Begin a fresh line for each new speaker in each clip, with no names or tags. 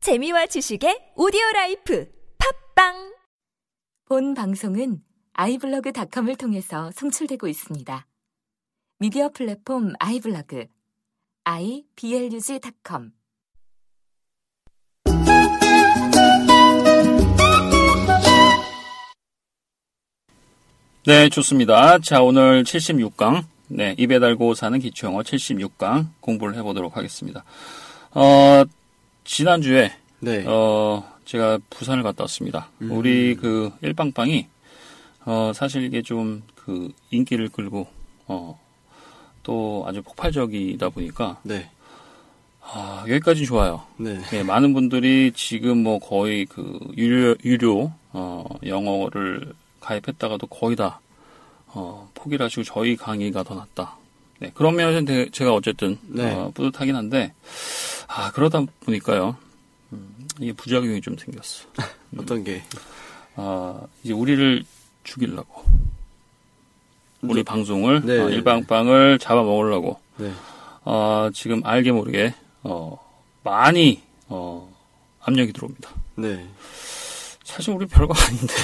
재미와 지식의 오디오 라이프 팝빵
본 방송은 아이블로그닷컴을 통해서 송출되고 있습니다. 미디어 플랫폼 아이블로그 iblog.com
네, 좋습니다. 자, 오늘 76강. 네, 입에 달고 사는 기초영어 76강 공부를 해보도록 하겠습니다. 어, 지난주에,
네.
어, 제가 부산을 갔다 왔습니다. 우리 그 일빵빵이, 어, 사실 이게 좀 그 인기를 끌고, 어, 또 아주 폭발적이다 보니까,
네.
아, 여기까지 좋아요.
네.
네, 많은 분들이 지금 뭐 거의 그 유료, 유료 어, 영어를 가입했다가도 거의 다 어, 포기를 하시고 저희 강의가 더 낫다. 네, 그런 면에서 는 제가 어쨌든
네.
어, 뿌듯하긴 한데 아 그러다 보니까요 음, 이게 부작용이 좀 생겼어.
어떤 게?
아 이제 우리를 죽이려고 우리 방송을
네.
어, 일방빵을 잡아먹으려고
네.
어, 지금 알게 모르게 어, 많이 어, 압력이 들어옵니다.
네.
사실 우리 별거 아닌데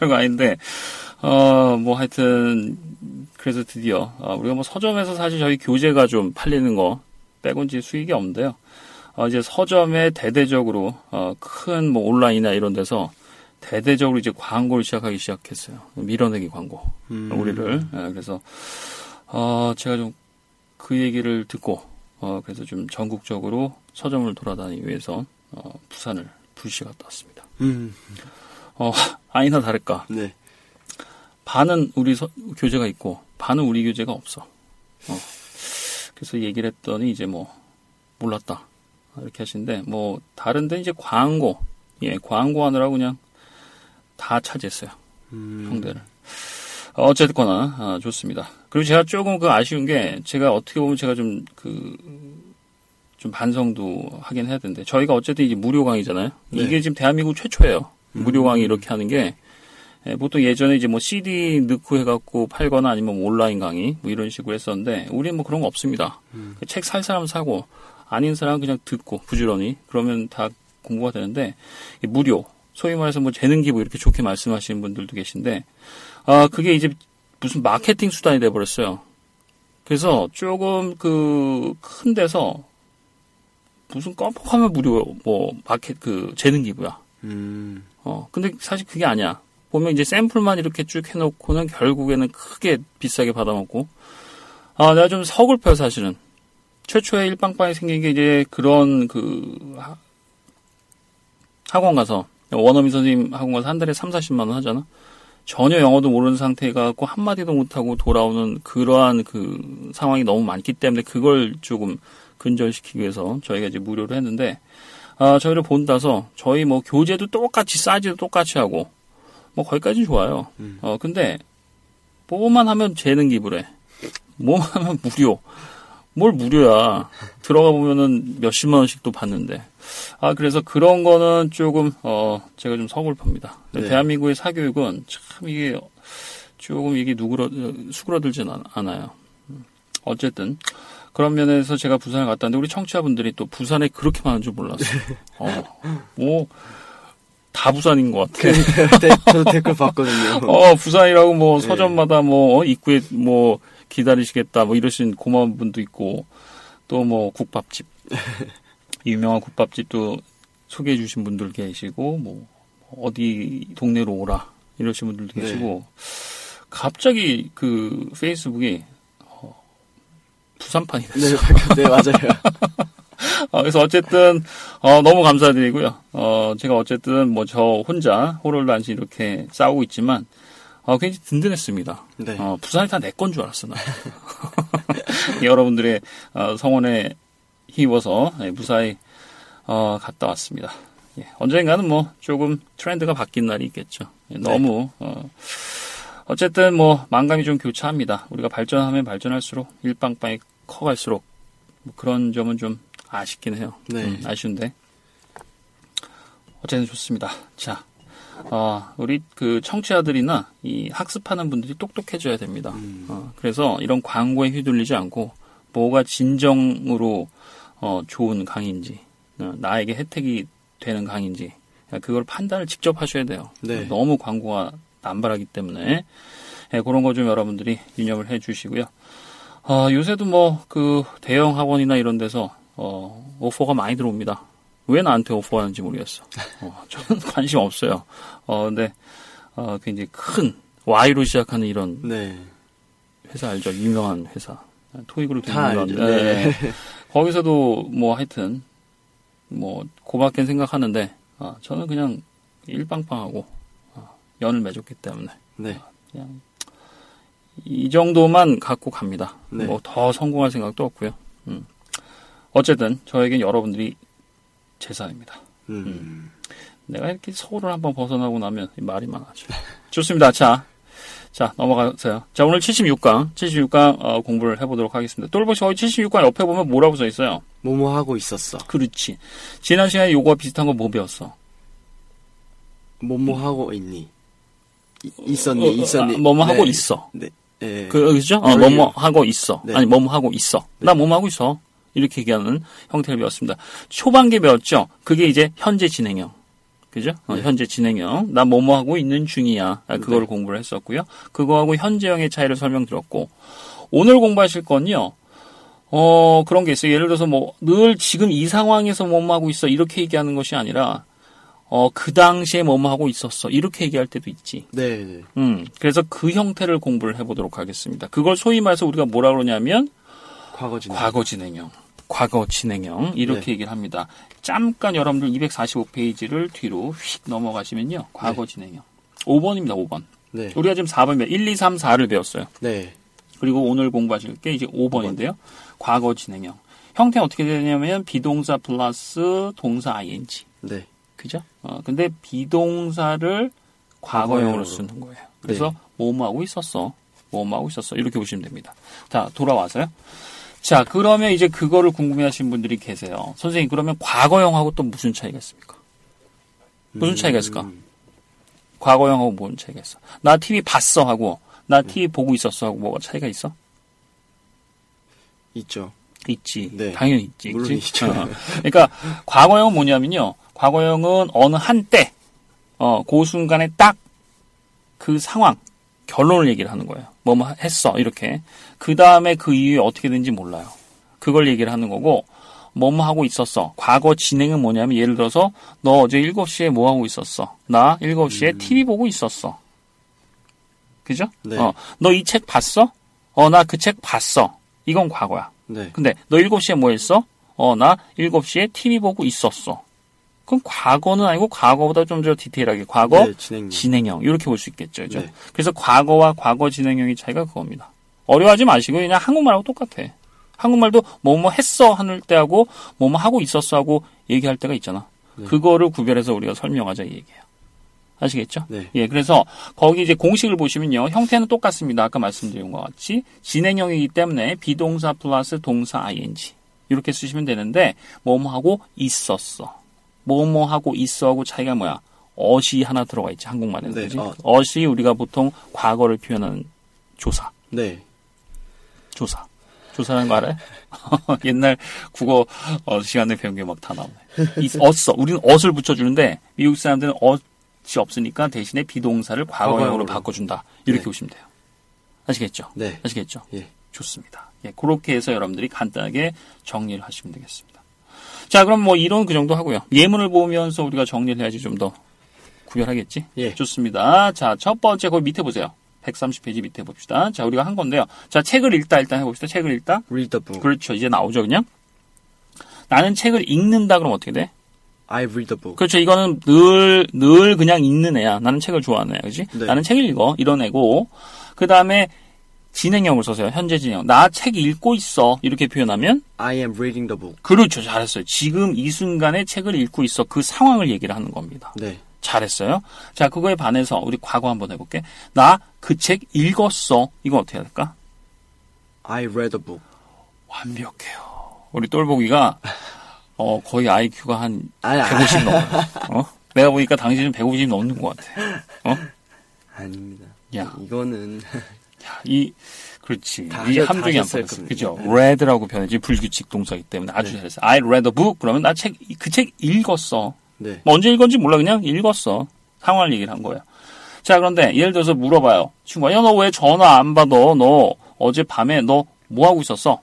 별거 아닌데 어 뭐 하여튼 그래서 드디어 어, 우리가 뭐 서점에서 사실 저희 교재가 좀 팔리는 거 빼곤 지 수익이 없는데요. 어, 이제 서점에 대대적으로 큰 뭐 온라인이나 이런 데서 대대적으로 이제 광고를 시작하기 시작했어요. 밀어내기 광고
음,
우리를 예, 그래서 어 제가 좀 그 얘기를 듣고 어 그래서 좀 전국적으로 서점을 돌아다니기 위해서 어, 부산을 불시 갔다 왔습니다.
음.
아니나 다를까
네.
반은 우리 서- 교재가 있고 반은 우리 교재가 없어. 어. 그래서 얘기를 했더니 이제 뭐 몰랐다 이렇게 하시는데 뭐 다른데 이제 광고 예 광고 하느라고 그냥 다 차지했어요 상대를. 어쨌거나 아, 좋습니다. 그리고 제가 조금 그 아쉬운 게 제가 어떻게 보면 제가 좀 그 좀 반성도 하긴 해야 되는데 저희가 어쨌든 이제 무료 강의잖아요.
네.
이게 지금 대한민국 최초예요. 무료 강의 이렇게 하는 게 예, 보통 예전에 이제 뭐 CD 넣고 해갖고 팔거나 아니면 뭐 온라인 강의 뭐 이런 식으로 했었는데 우리는 뭐 그런 거 없습니다. 책 살 사람 사고 아닌 사람은 그냥 듣고 부지런히 그러면 다 공부가 되는데 이 무료 소위 말해서 뭐 재능 기부 이렇게 좋게 말씀하시는 분들도 계신데 아 그게 이제 무슨 마케팅 수단이 돼 버렸어요. 그래서 조금 그 큰 데서 무슨 껌뻑하면 무료 뭐 마켓 그 재능 기부야.
음.
어, 근데 사실 그게 아니야. 보면 이제 샘플만 이렇게 쭉 해놓고는 결국에는 크게 비싸게 받아먹고. 아, 내가 좀 서글퍼요, 사실은. 최초에 일빵빵이 생긴 게 이제 그런 그, 하- 학원 가서, 원어민 선생님 학원 가서 한 달에 3, 40만원 하잖아? 전혀 영어도 모르는 상태가 고 한마디도 못하고 돌아오는 그러한 그 상황이 너무 많기 때문에 그걸 조금 근절시키기 위해서 저희가 이제 무료로 했는데, 아, 저희를 본다서 저희 뭐 교재도 똑같이 사이즈도 똑같이 하고 뭐 거기까지 는 좋아요. 어 근데 뭐만 하면 재능 기부래. 뭐만 하면 무료. 뭘 무료야. 들어가 보면은 몇십만 원씩도 받는데. 아 그래서 그런 거는 조금 어 제가 좀 서글픕니다.
네.
대한민국의 사교육은 참 이게 조금 이게 누그러 수그러들진 않- 않아요. 음, 어쨌든 그런 면에서 제가 부산을 갔다 왔는데 우리 청취자분들이 또 부산에 그렇게 많은 줄 몰랐어요. 어, 뭐, 다 부산인 것 같아.
네, 저도 댓글 봤거든요.
어, 부산이라고
예.
뭐 서점마다 뭐 어, 입구에 뭐 기다리시겠다 뭐 이러신 고마운 분도 있고 또 뭐 국밥집 유명한 국밥집도 소개해 주신 분들 계시고 뭐 어디 동네로 오라 이러신 분들도
네.
계시고 갑자기 그 페이스북이 어, 부산판이 됐어요.
네, 밝혀- 네, 맞아요.
어, 그래서 어쨌든 어, 너무 감사드리고요. 어, 제가 어쨌든 뭐 저 혼자 호롤단신 이렇게 싸우고 있지만 어, 굉장히 든든했습니다.
네.
어, 부산이 다 내 건 줄 알았어 나. 여러분들의 어, 성원에 힘입어서 예, 무사히 어, 갔다 왔습니다. 예, 언젠가는 뭐 조금 트렌드가 바뀐 날이 있겠죠. 예, 너무 어, 어쨌든 뭐 망감이 좀 교차합니다. 우리가 발전하면 발전할수록 일빵빵이 커갈수록 뭐 그런 점은 좀 아쉽긴 해요.
네.
음, 아쉬운데 어쨌든 좋습니다. 자, 어, 우리 그 청취자들이나 이 학습하는 분들이 똑똑해져야 됩니다. 어, 그래서 이런 광고에 휘둘리지 않고 뭐가 진정으로 어, 좋은 강의인지 어, 나에게 혜택이 되는 강인지 그러니까 그걸 판단을 직접 하셔야 돼요.
네.
너무 광고가 남발하기 때문에 예, 그런 거 좀 여러분들이 유념을 해주시고요. 아, 요새도 뭐 그 대형 학원이나 이런 데서 어, 오퍼가 많이 들어옵니다. 왜 나한테 오퍼하는지 모르겠어. 어, 저는 관심 없어요. 어, 근데 어, 굉장히 큰 Y로 시작하는 이런
네.
회사 알죠? 유명한 회사. 토익으로 되게
다
유명한.
알죠.
네.
네.
거기서도 뭐 하여튼 뭐 고밖엔 생각하는데 아, 저는 그냥 일빵빵하고 아, 연을 맺었기 때문에
네.
이 정도만 갖고 갑니다.
네.
뭐 더 성공할 생각도 없고요. 음. 어쨌든 저에겐 여러분들이 제사입니다.
음.
내가 이렇게 서울을 한번 벗어나고 나면 말이 많아져. 좋습니다. 자, 자 넘어가세요. 자 오늘 76강, 76강 어, 공부를 해보도록 하겠습니다. 똘보시 거기 76강 옆에 보면 뭐라고 써 있어요?
뭐뭐 하고 있었어.
그렇지. 지난 시간에 요거와 비슷한 거 뭐 배웠어?
뭐뭐 하고 있니? 이-
어, 어,
있었니? 있었니?
아, 뭐뭐
네.
하고 있어.
네. 예.
그, 그죠? 어,
그래요.
뭐뭐 하고 있어.
네.
아니, 뭐뭐 하고 있어. 나 뭐뭐 하고 있어. 이렇게 얘기하는 형태를 배웠습니다. 초반기에 배웠죠? 그게 이제 현재 진행형. 그죠? 어,
네.
현재 진행형. 나 뭐뭐 하고 있는 중이야. 아, 그걸 공부를 했었고요. 그거하고 현재형의 차이를 설명드렸고, 오늘 공부하실 건요, 어, 그런 게 있어요. 예를 들어서 뭐, 늘 지금 이 상황에서 뭐뭐 하고 있어. 이렇게 얘기하는 것이 아니라, 어, 그 당시에 뭐뭐 하고 있었어. 이렇게 얘기할 때도 있지.
네. 네.
음, 그래서 그 형태를 공부를 해보도록 하겠습니다. 그걸 소위 말해서 우리가 뭐라 그러냐면
과거 진행.
과거 진행형, 과거 진행형 이렇게
네.
얘기를 합니다. 잠깐 여러분들 245페이지를 뒤로 휙 넘어가시면요. 과거 진행형. 5번입니다. 5번.
네.
우리가 지금 4번, 1, 2, 3, 4를 배웠어요.
네.
그리고 오늘 공부하실 게 이제 5번인데요. 과거 진행형. 형태는 어떻게 되냐면 비동사 플러스 동사 ing.
네.
그죠? 어, 근데 비동사를 과거형으로 네.
과거형으로.
쓰는 거예요. 그래서 뭐뭐하고 있었어. 뭐뭐하고 있었어. 이렇게 보시면 됩니다. 자, 돌아와서요. 자, 그러면 이제 그거를 궁금해 하신 분들이 계세요. 선생님, 그러면 과거형하고 또 무슨 차이가 있습니까? 무슨 차이가 있을까?
음.
과거형하고 뭔 차이가 있어? 나 TV 봤어 하고, 나 TV 보고 있었어 하고 뭐가 차이가 있어?
있죠.
있지.
네.
당연히 있지.
물론
있지?
있죠.
어. 그러니까 과거형은 뭐냐면요. 과거형은 어느 한때, 어, 그 순간에 딱 그 상황, 결론을 얘기를 하는 거예요. 뭐뭐 했어. 이렇게. 그 다음에 그 이후에 어떻게 된지 몰라요. 그걸 얘기를 하는 거고, 뭐뭐 하고 있었어. 과거 진행은 뭐냐면 예를 들어서 너 어제 7시에 뭐 하고 있었어. 나 7시에 TV 보고 있었어. 그죠?
음. 네.
어, 너 이 책 봤어? 어, 나 그 책 봤어. 이건 과거야.
네.
근데 너 7시에 뭐 했어? 어, 나 7시에 TV 보고 있었어. 그럼 과거는 아니고 과거보다 좀 더 디테일하게 과거
네, 진행.
진행형 이렇게 볼 수 있겠죠. 그죠?
네.
그래서 과거와 과거 진행형의 차이가 그겁니다. 어려워하지 마시고 그냥 한국말하고 똑같아. 한국말도 뭐뭐 했어 하는 때하고 뭐뭐 하고 있었어 하고 얘기할 때가 있잖아.
네.
그거를 구별해서 우리가 설명하자 이 얘기예요. 아시겠죠?
네.
예, 그래서 거기 이제 공식을 보시면요. 형태는 똑같습니다. 아까 말씀드린 것 같이 진행형이기 때문에 비동사 플러스 동사 ing 이렇게 쓰시면 되는데 뭐뭐하고 있었어. 뭐뭐하고 있어하고 차이가 뭐야? 어시 하나 들어가 있지 한국말에는
네,
그지?
어.
어시 우리가 보통 과거를 표현하는 조사,
네.
조사, 조사라는 거 알아요? 옛날 국어 어, 시간에 배운 게 막 다 나오네. 이, 어써 우리는 어을 붙여주는데 미국 사람들은 어시 없으니까 대신에 비동사를 과거형으로
과거형으로.
바꿔준다 이렇게
네.
보시면 돼요. 아시겠죠?
네.
아시겠죠?
예.
좋습니다. 예, 그렇게 해서 여러분들이 간단하게 정리를 하시면 되겠습니다. 자, 그럼 뭐 이론 그 정도 하고요. 예문을 보면서 우리가 정리를 해야지 좀 더 구별하겠지?
예.
좋습니다. 자, 첫 번째 거기 밑에 보세요. 130페이지 밑에 봅시다. 자, 우리가 한 건데요. 자, 책을 읽다 일단 해봅시다. 책을 읽다.
Read the book.
그렇죠. 이제 나오죠, 그냥. 나는 책을 읽는다 그럼 어떻게 돼?
I read the book.
그렇죠. 이거는 늘, 늘 그냥 읽는 애야. 나는 책을 좋아하는 애야. 그지?
네.
나는 책을 읽어. 이런 애고. 그 다음에 진행형을 써세요. 현재 진행. 나 책 읽고 있어. 이렇게 표현하면.
I am reading the book.
그렇죠. 잘했어요. 지금 이 순간에 책을 읽고 있어. 그 상황을 얘기를 하는 겁니다.
네.
잘했어요. 자, 그거에 반해서 우리 과거 한번 해볼게. 나 그 책 읽었어. 이건 어떻게 해야 될까?
I read the book.
완벽해요. 우리 똘보기가 어, 거의 IQ가 한
아니, 아,
150 넘어요. 어? 내가 보니까 당신은 150 넘는 것 같아. 어?
아닙니다.
야,
이거는
이 그렇지
다
이 함정이
하셨- 다
안
하셨을
바뀌었어
겁니다.
그죠
네.
read라고 변하지 불규칙 동사이기 때문에 아주 잘했어 I read a book 그러면 나 책 그 책 읽었어
네.
뭐 언제 읽었는지 몰라 그냥 읽었어 상황을 얘기를 한 거야 자 그런데 예를 들어서 물어봐요 친구가 야너 왜 전화 안 받아 너 어젯밤에 너 뭐 하고 있었어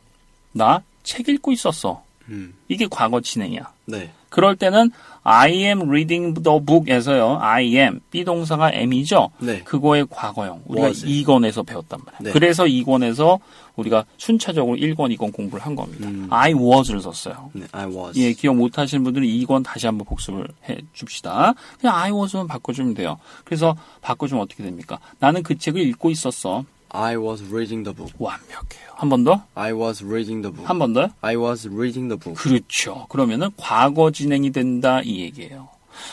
나 책 읽고 있었어
음.
이게 과거 진행이야
네.
그럴 때는 I am reading the book에서요. I am 비동사가 am이죠.
네.
그거의 과거형. 우리가
was.
2권에서 배웠단 말이야.
네.
그래서 2권에서 우리가 순차적으로 1권, 2권 공부를 한 겁니다.
음.
I was를 썼어요.
네. I was.
예, 기억 못 하시는 분들은 2권 다시 한번 복습을 해 줍시다. 그냥 I was만 바꿔주면 돼요. 그래서 바꿔주면 어떻게 됩니까? 나는 그 책을 읽고 있었어.
I was reading the book.
완벽해요. 한 번 더?
I was reading the book.
한 번 더?
I was reading the book.
그렇죠. 그러면은 과거 진행이 된다 이 얘기예요.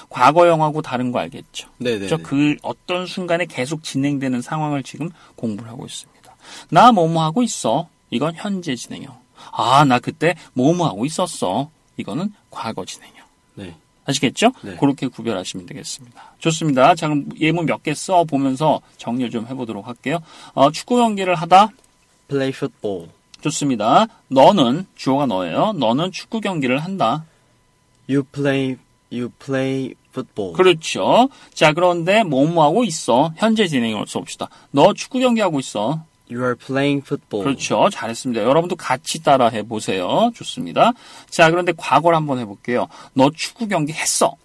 과거형하고 다른 거 알겠죠?
네, 네.
그렇죠? 그 어떤 순간에 계속 진행되는 상황을 지금 공부를 하고 있습니다. 나 뭐뭐 하고 있어. 이건 현재 진행형. 아, 나 그때 뭐뭐 하고 있었어. 이거는 과거 진행형.
네.
아시겠죠?
네.
그렇게 구별하시면 되겠습니다. 좋습니다. 자, 그럼 예문 몇 개 써 보면서 정리를 좀 해보도록 할게요. 어, 축구 경기를 하다
Play football.
좋습니다. 너는 주어가 너예요. 너는 축구 경기를 한다.
You play you play football.
그렇죠. 자, 그런데 뭐뭐 하고 있어? 현재 진행형을 써봅시다. 너 축구 경기하고 있어.
You are playing football.
그렇죠. 잘했습니다. 여러분도 같이 따라 해보세요. 좋습니다. 자, 그런데 과거를 한번 해볼게요. 너 축구 경기 했어.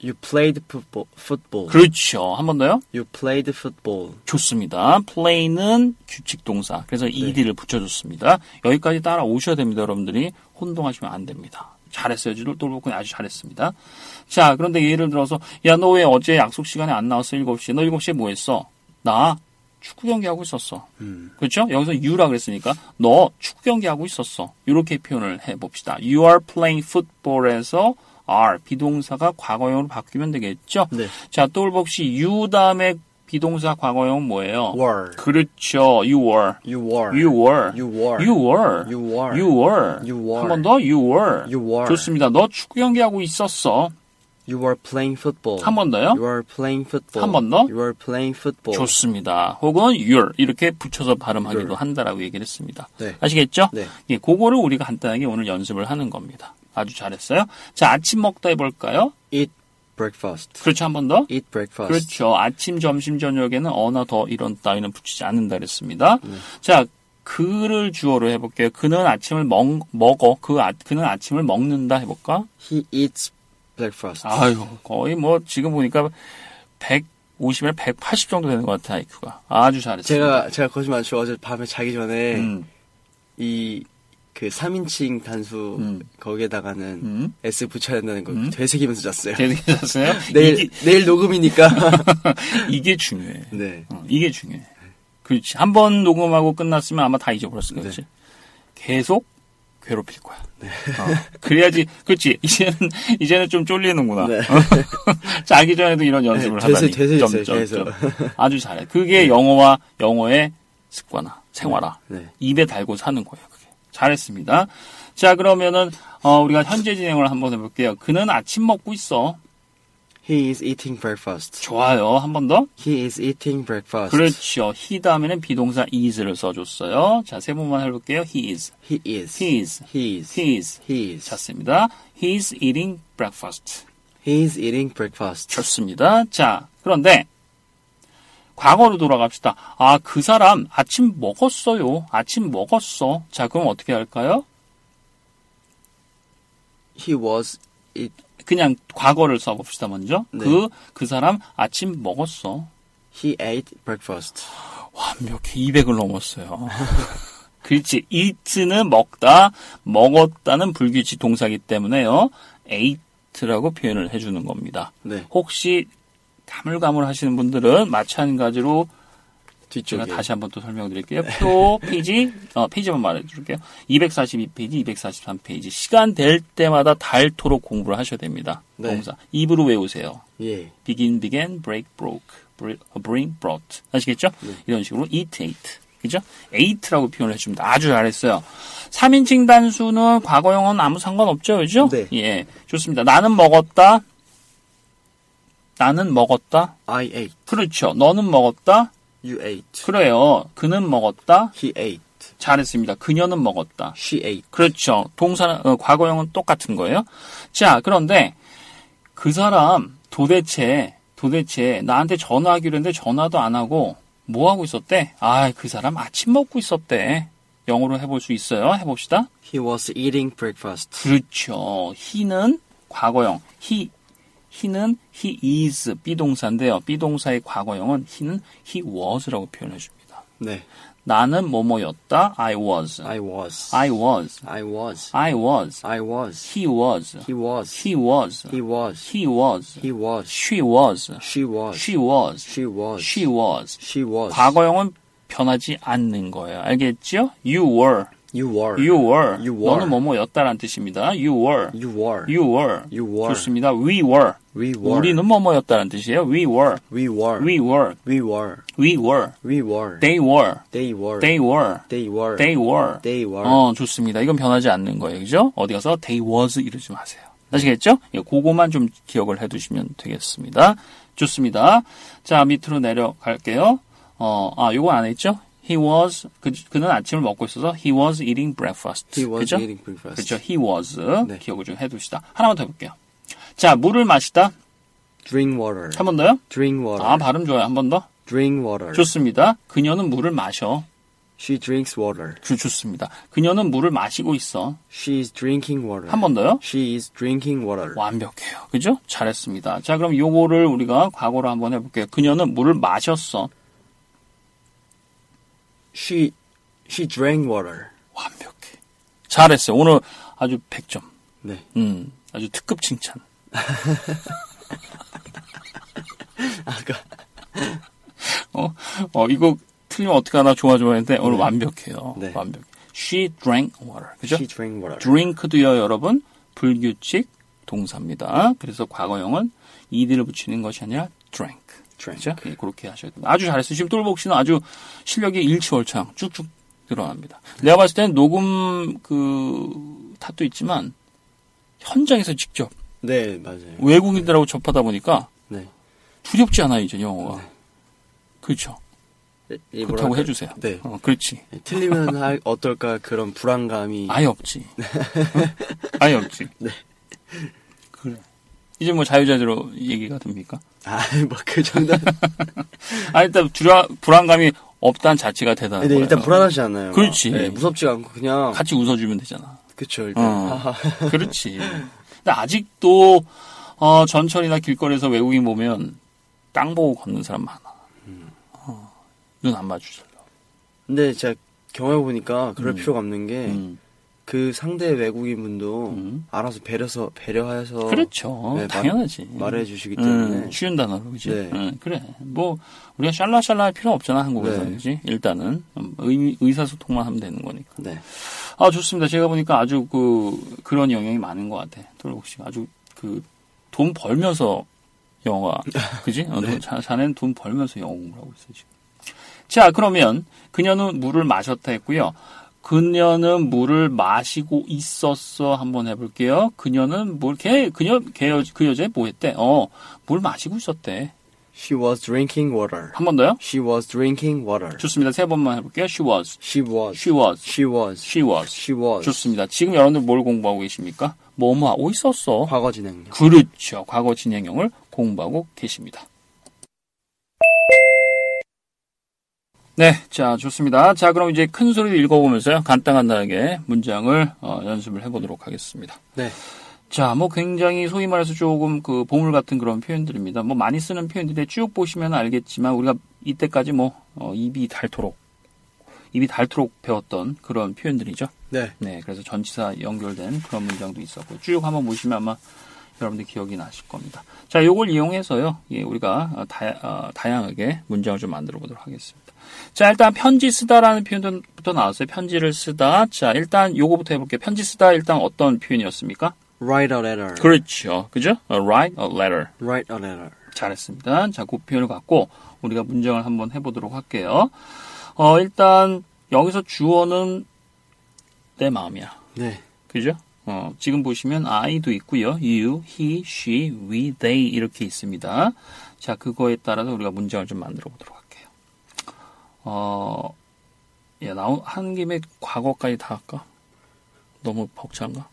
You played football. football.
그렇죠. 한 번 더요.
You played football.
좋습니다. play는 규칙 동사. 그래서 ed를 붙여줬습니다. 여기까지 따라오셔야 됩니다. 여러분들이 혼동하시면 안 됩니다. 잘했어요. 똘똘복군이 아주 잘했습니다. 자, 그런데 예를 들어서 야, 너 왜 어제 약속 시간에 안 나왔어? 7시에. 너 7시에 뭐 했어? 나 축구 경기 하고 있었어.
음.
그렇죠? 여기서 you라 그랬으니까 너 축구 경기 하고 있었어. 이렇게 표현을 해 봅시다. You are playing football에서 are 비동사가 과거형으로 바뀌면 되겠죠?
네.
자, 똘복 씨 you 다음에 비동사 과거형 뭐예요?
Were.
그렇죠. You were.
You were.
You were.
You were.
You were.
You were.
You were.
You were.
한번 더. You were.
You were.
좋습니다. 너 축구 경기하고 있었어.
You were playing football.
한 번 더요.
You are playing football.
한번 더?
You are playing football.
좋습니다. 혹은 your 이렇게 붙여서 발음하기도
Your.
한다라고 얘기를 했습니다.
네.
아시겠죠?
네.
예, 그거를 우리가 간단하게 오늘 연습을 하는 겁니다. 아주 잘했어요. 자, 아침 먹다 해볼까요?
Eat breakfast.
그렇죠, 한 번 더.
Eat breakfast.
그렇죠. 아침, 점심, 저녁에는 어나 더 이런 따위는 붙이지 않는다 그랬습니다.
네.
자, 그를 주어로 해볼게요. 그는 아침을 먹, 먹어. 그 아, 그는 아침을 먹는다 해볼까?
He eats breakfast.
아유, 거의 뭐 지금 보니까 150에서 180 정도 되는 것 같아요, IQ가. 아주 잘했어요.
제가 제가 거짓말 안 치고 어제 밤에 자기 전에
음,
이 그 3인칭 단수
음.
거기에다가는
음.
S 붙여야 된다는 걸 되새기면서 잤어요.
제대로 잤어요?
내일
이게,
내일 녹음이니까.
이게 중요해.
네.
어, 이게 중요해. 그렇지. 한 번 녹음하고 끝났으면 아마 다 잊어버렸을
네.
거지 계속 괴롭힐 거야. 어, 그래야지, 그렇지. 이제는, 이제는 좀 쫄리는구나. 어?
네.
자기 전에도 이런 연습을
되새-
하다니.
되새 있어요,
아주 잘해. 그게 영어와 영어의 습관화, 생활화.
네.
입에 달고 사는 거예요. 그게. 잘했습니다. 자, 그러면은, 어, 우리가 현재 진행을 한번 해볼게요. 그는 아침 먹고 있어.
He is eating breakfast.
좋아요. 한 번 더.
He is eating breakfast.
그렇죠. he 다음에는 비동사 is를 써줬어요. 자, 세 번만 해볼게요. he is.
He is.
he is.
He is.
he is.
He is.
좋습니다. he is eating breakfast.
He is eating breakfast.
좋습니다. 자, 그런데 과거로 돌아갑시다. 아, 그 사람 아침 먹었어요. 아침 먹었어. 자, 그럼 어떻게 할까요?
He was eat.
그냥 과거를 써봅시다, 먼저.
네.
그, 그 사람 아침 먹었어.
He ate breakfast.
완벽히 200을 넘었어요. 그렇지. eat는 먹다, 먹었다는 불규칙 동사기 때문에요. ate라고 표현을 해주는 겁니다.
네.
혹시 가물가물 하시는 분들은 마찬가지로 제가
뒤쪽에.
다시 한번 또 설명드릴게요. 표 페이지 어, 페이지만 말해드릴게요. 242페이지, 243페이지 시간 될 때마다 닳도록 공부를 하셔야 됩니다.
네.
동사 입으로 외우세요.
예.
begin, began, break, broke, br- bring, brought. 아시겠죠? 이런 식으로 eat, ate. 그죠? ate라고 표현을 해줍니다. 아주 잘했어요. 3인칭 단수는 과거형은 아무 상관없죠? 그죠?
네.
예. 좋습니다. 나는 먹었다. 나는 먹었다.
I ate.
그렇죠. 너는 먹었다.
You ate.
그래요. 그는 먹었다.
He ate.
잘했습니다. 그녀는 먹었다.
She ate.
그렇죠. 동사 어, 과거형은 똑같은 거예요. 자, 그런데 그 사람 도대체 도대체 나한테 전화하기로 했는데 전화도 안 하고 뭐 하고 있었대? 아, 그 사람 아침 먹고 있었대. 영어로 해볼 수 있어요. 해봅시다.
He was eating breakfast.
그렇죠. he는 과거형. he he는 he is 비동사인데요. 비동사의 과거형은 he는 he was라고 표현해 줍니다.
네.
나는 뭐뭐였다. I was.
I was.
I was.
I was.
I was.
I was.
He was.
He was.
He was.
He was.
He was.
He was.
She was.
She was.
She was.
She was.
She was.
She was.
과거형은 변하지 않는 거예요. 알겠죠? You were.
You were.
You were.
You were.
너는 뭐뭐였다라는 뜻입니다. You were.
You were.
You were.
You were.
좋습니다. We were.
We were.
우리는 뭐뭐였다라는 뜻이에요. We were.
We were.
We were.
We were.
We were.
We were.
They were.
They were.
They were.
They were.
They were.
They were.
어, 좋습니다. 이건 변하지 않는 거예요. 그죠? 어디 가서 they was 이러지 마세요. 아시겠죠? 예, 그거만 좀 기억을 해 두시면 되겠습니다. 좋습니다. 자, 밑으로 내려갈게요. 어, 아, 요거 안 했죠? He was, 그, 그는 아침을 먹고 있어서 he was eating breakfast.
He was
그죠?
eating breakfast.
그렇죠. he was.
네.
기억을 좀 해 두시다. 하나만 더 해볼게요. 자, 물을 마시다.
Drink water.
한 번 더요?
Drink water.
아, 발음 좋아요. 한 번 더.
Drink water.
좋습니다. 그녀는 물을 마셔.
She drinks water.
좋- 좋습니다. 그녀는 물을 마시고 있어.
She is drinking water.
한 번 더요?
She is drinking water.
완벽해요. 그죠? 잘했습니다. 자, 그럼 요거를 우리가 과거로 한번 해볼게요. 그녀는 물을 마셨어.
She she drank water.
완벽해. 잘했어요. 오늘 아주 100점.
네.
음, 아주 특급 칭찬.
아, 그
어, 어, 이거 틀리면 어떡하나 좋아 좋아 했는데 오늘 완벽해요.
네.
완벽. She drank water. 그죠?
She drank water.
drink도요, 여러분. 불규칙 동사입니다. 그래서 과거형은 ed를 붙이는 것이 아니라 drank.
Drank.
그죠? 예, 그렇게 하셔야 됩니다. 아주 잘했어요. 지금 똘복 씨는 아주 실력이 일치월창 쭉쭉 늘어납니다. 내가 봤을 땐 녹음 그 탓도 있지만 현장에서 직접
네 맞아요.
외국인들하고 접하다 보니까
네.
두렵지 않아요, 이제 영어가. 그렇죠.
이- 네. 이
그렇다고
뭐랄까-
해주세요.
네.
어, 그렇지.
틀리면 할- 어떨까 그런 불안감이.
아예 없지. 아예 없지.
네.
그래. 이제 뭐 자유자재로 얘기가 됩니까?
아뭐그 정도.
아 일단 두려, 불안감이 없다는 자체가 대단한
네
거예요.
일단 불안하지 않아요.
그렇지.
네, 무섭지 않고 그냥.
같이 웃어주면 되잖아.
그쵸 일단.
어. 그렇지. 근데 아직도 어, 전철이나 길거리에서 외국인 보면 땅 보고 걷는 사람 많아.
음.
어, 눈 안 마주쳐요.
근데 제가 경험해 보니까 그럴 필요가 없는 게.
음.
그 상대 외국인 분도
음.
알아서 배려서 배려해서
그렇죠.
네, 말-
당연하지.
말해 주시기 때문에
음, 쉬운 단어로 그지.
네.
음, 그래. 뭐 우리가 샬라샬라 할 필요 없잖아 한국에서
네.
그지. 일단은 음, 의, 의사소통만 하면 되는 거니까.
네
아 좋습니다. 제가 보니까 아주 그 그런 영향이 많은 것 같아. 돌복 씨가 아주 그 돈 벌면서 영화 그지? 어, 돈- 자, 자네는 돈 벌면서 영어 공부를 하고 있어 지금. 자 그러면 그녀는 물을 마셨다 했고요. 그녀는 물을 마시고 있었어 한번 해볼게요. 그녀는 물걔 그녀 걔 여- 그 여자 뭐 했대? 어물 마시고 있었대.
She was drinking water.
한 번 더요?
She was drinking water.
좋습니다. 세 번만 해볼게요. She was,
She was.
she was,
She was.
she was.
She was.
좋습니다. 지금 여러분들 뭘 공부하고 계십니까? 뭐뭐 하고 있었어.
과거 진행형.
그렇죠. 과거 진행형을 공부하고 계십니다. 네, 자 좋습니다. 자 그럼 이제 큰 소리로 읽어보면서요 간단간단하게 문장을 어, 연습을 해보도록 하겠습니다.
네.
자, 뭐 굉장히 소위 말해서 조금 그 보물 같은 그런 표현들입니다. 뭐 많이 쓰는 표현들인데 쭉 보시면 알겠지만 우리가 이때까지 뭐 어, 입이 닳도록 입이 닳도록 배웠던 그런 표현들이죠.
네.
네, 그래서 전치사 연결된 그런 문장도 있었고 쭉 한번 보시면 아마 여러분들 기억이 나실 겁니다. 자, 요걸 이용해서요, 예, 우리가 어, 다, 양하게 문장을 좀 만들어 보도록 하겠습니다. 자, 일단 편지 쓰다라는 표현부터 나왔어요. 편지를 쓰다. 자, 일단 요거부터 해볼게요. 편지 쓰다 일단 어떤 표현이었습니까?
Write a letter.
그렇죠, 그죠? 어, write a letter.
Write a letter.
잘했습니다. 자, 그 표현을 갖고 우리가 문장을 한번 해보도록 할게요. 어, 일단 여기서 주어는 내 마음이야.
네.
그죠? 어, 지금 보시면 I도 있고요. You, he, she, we, they 이렇게 있습니다. 자, 그거에 따라서 우리가 문장을 좀 만들어 보도록 할게요. 어, 야, 나온, 한 김에 과거까지 다 할까? 너무 벅찬가?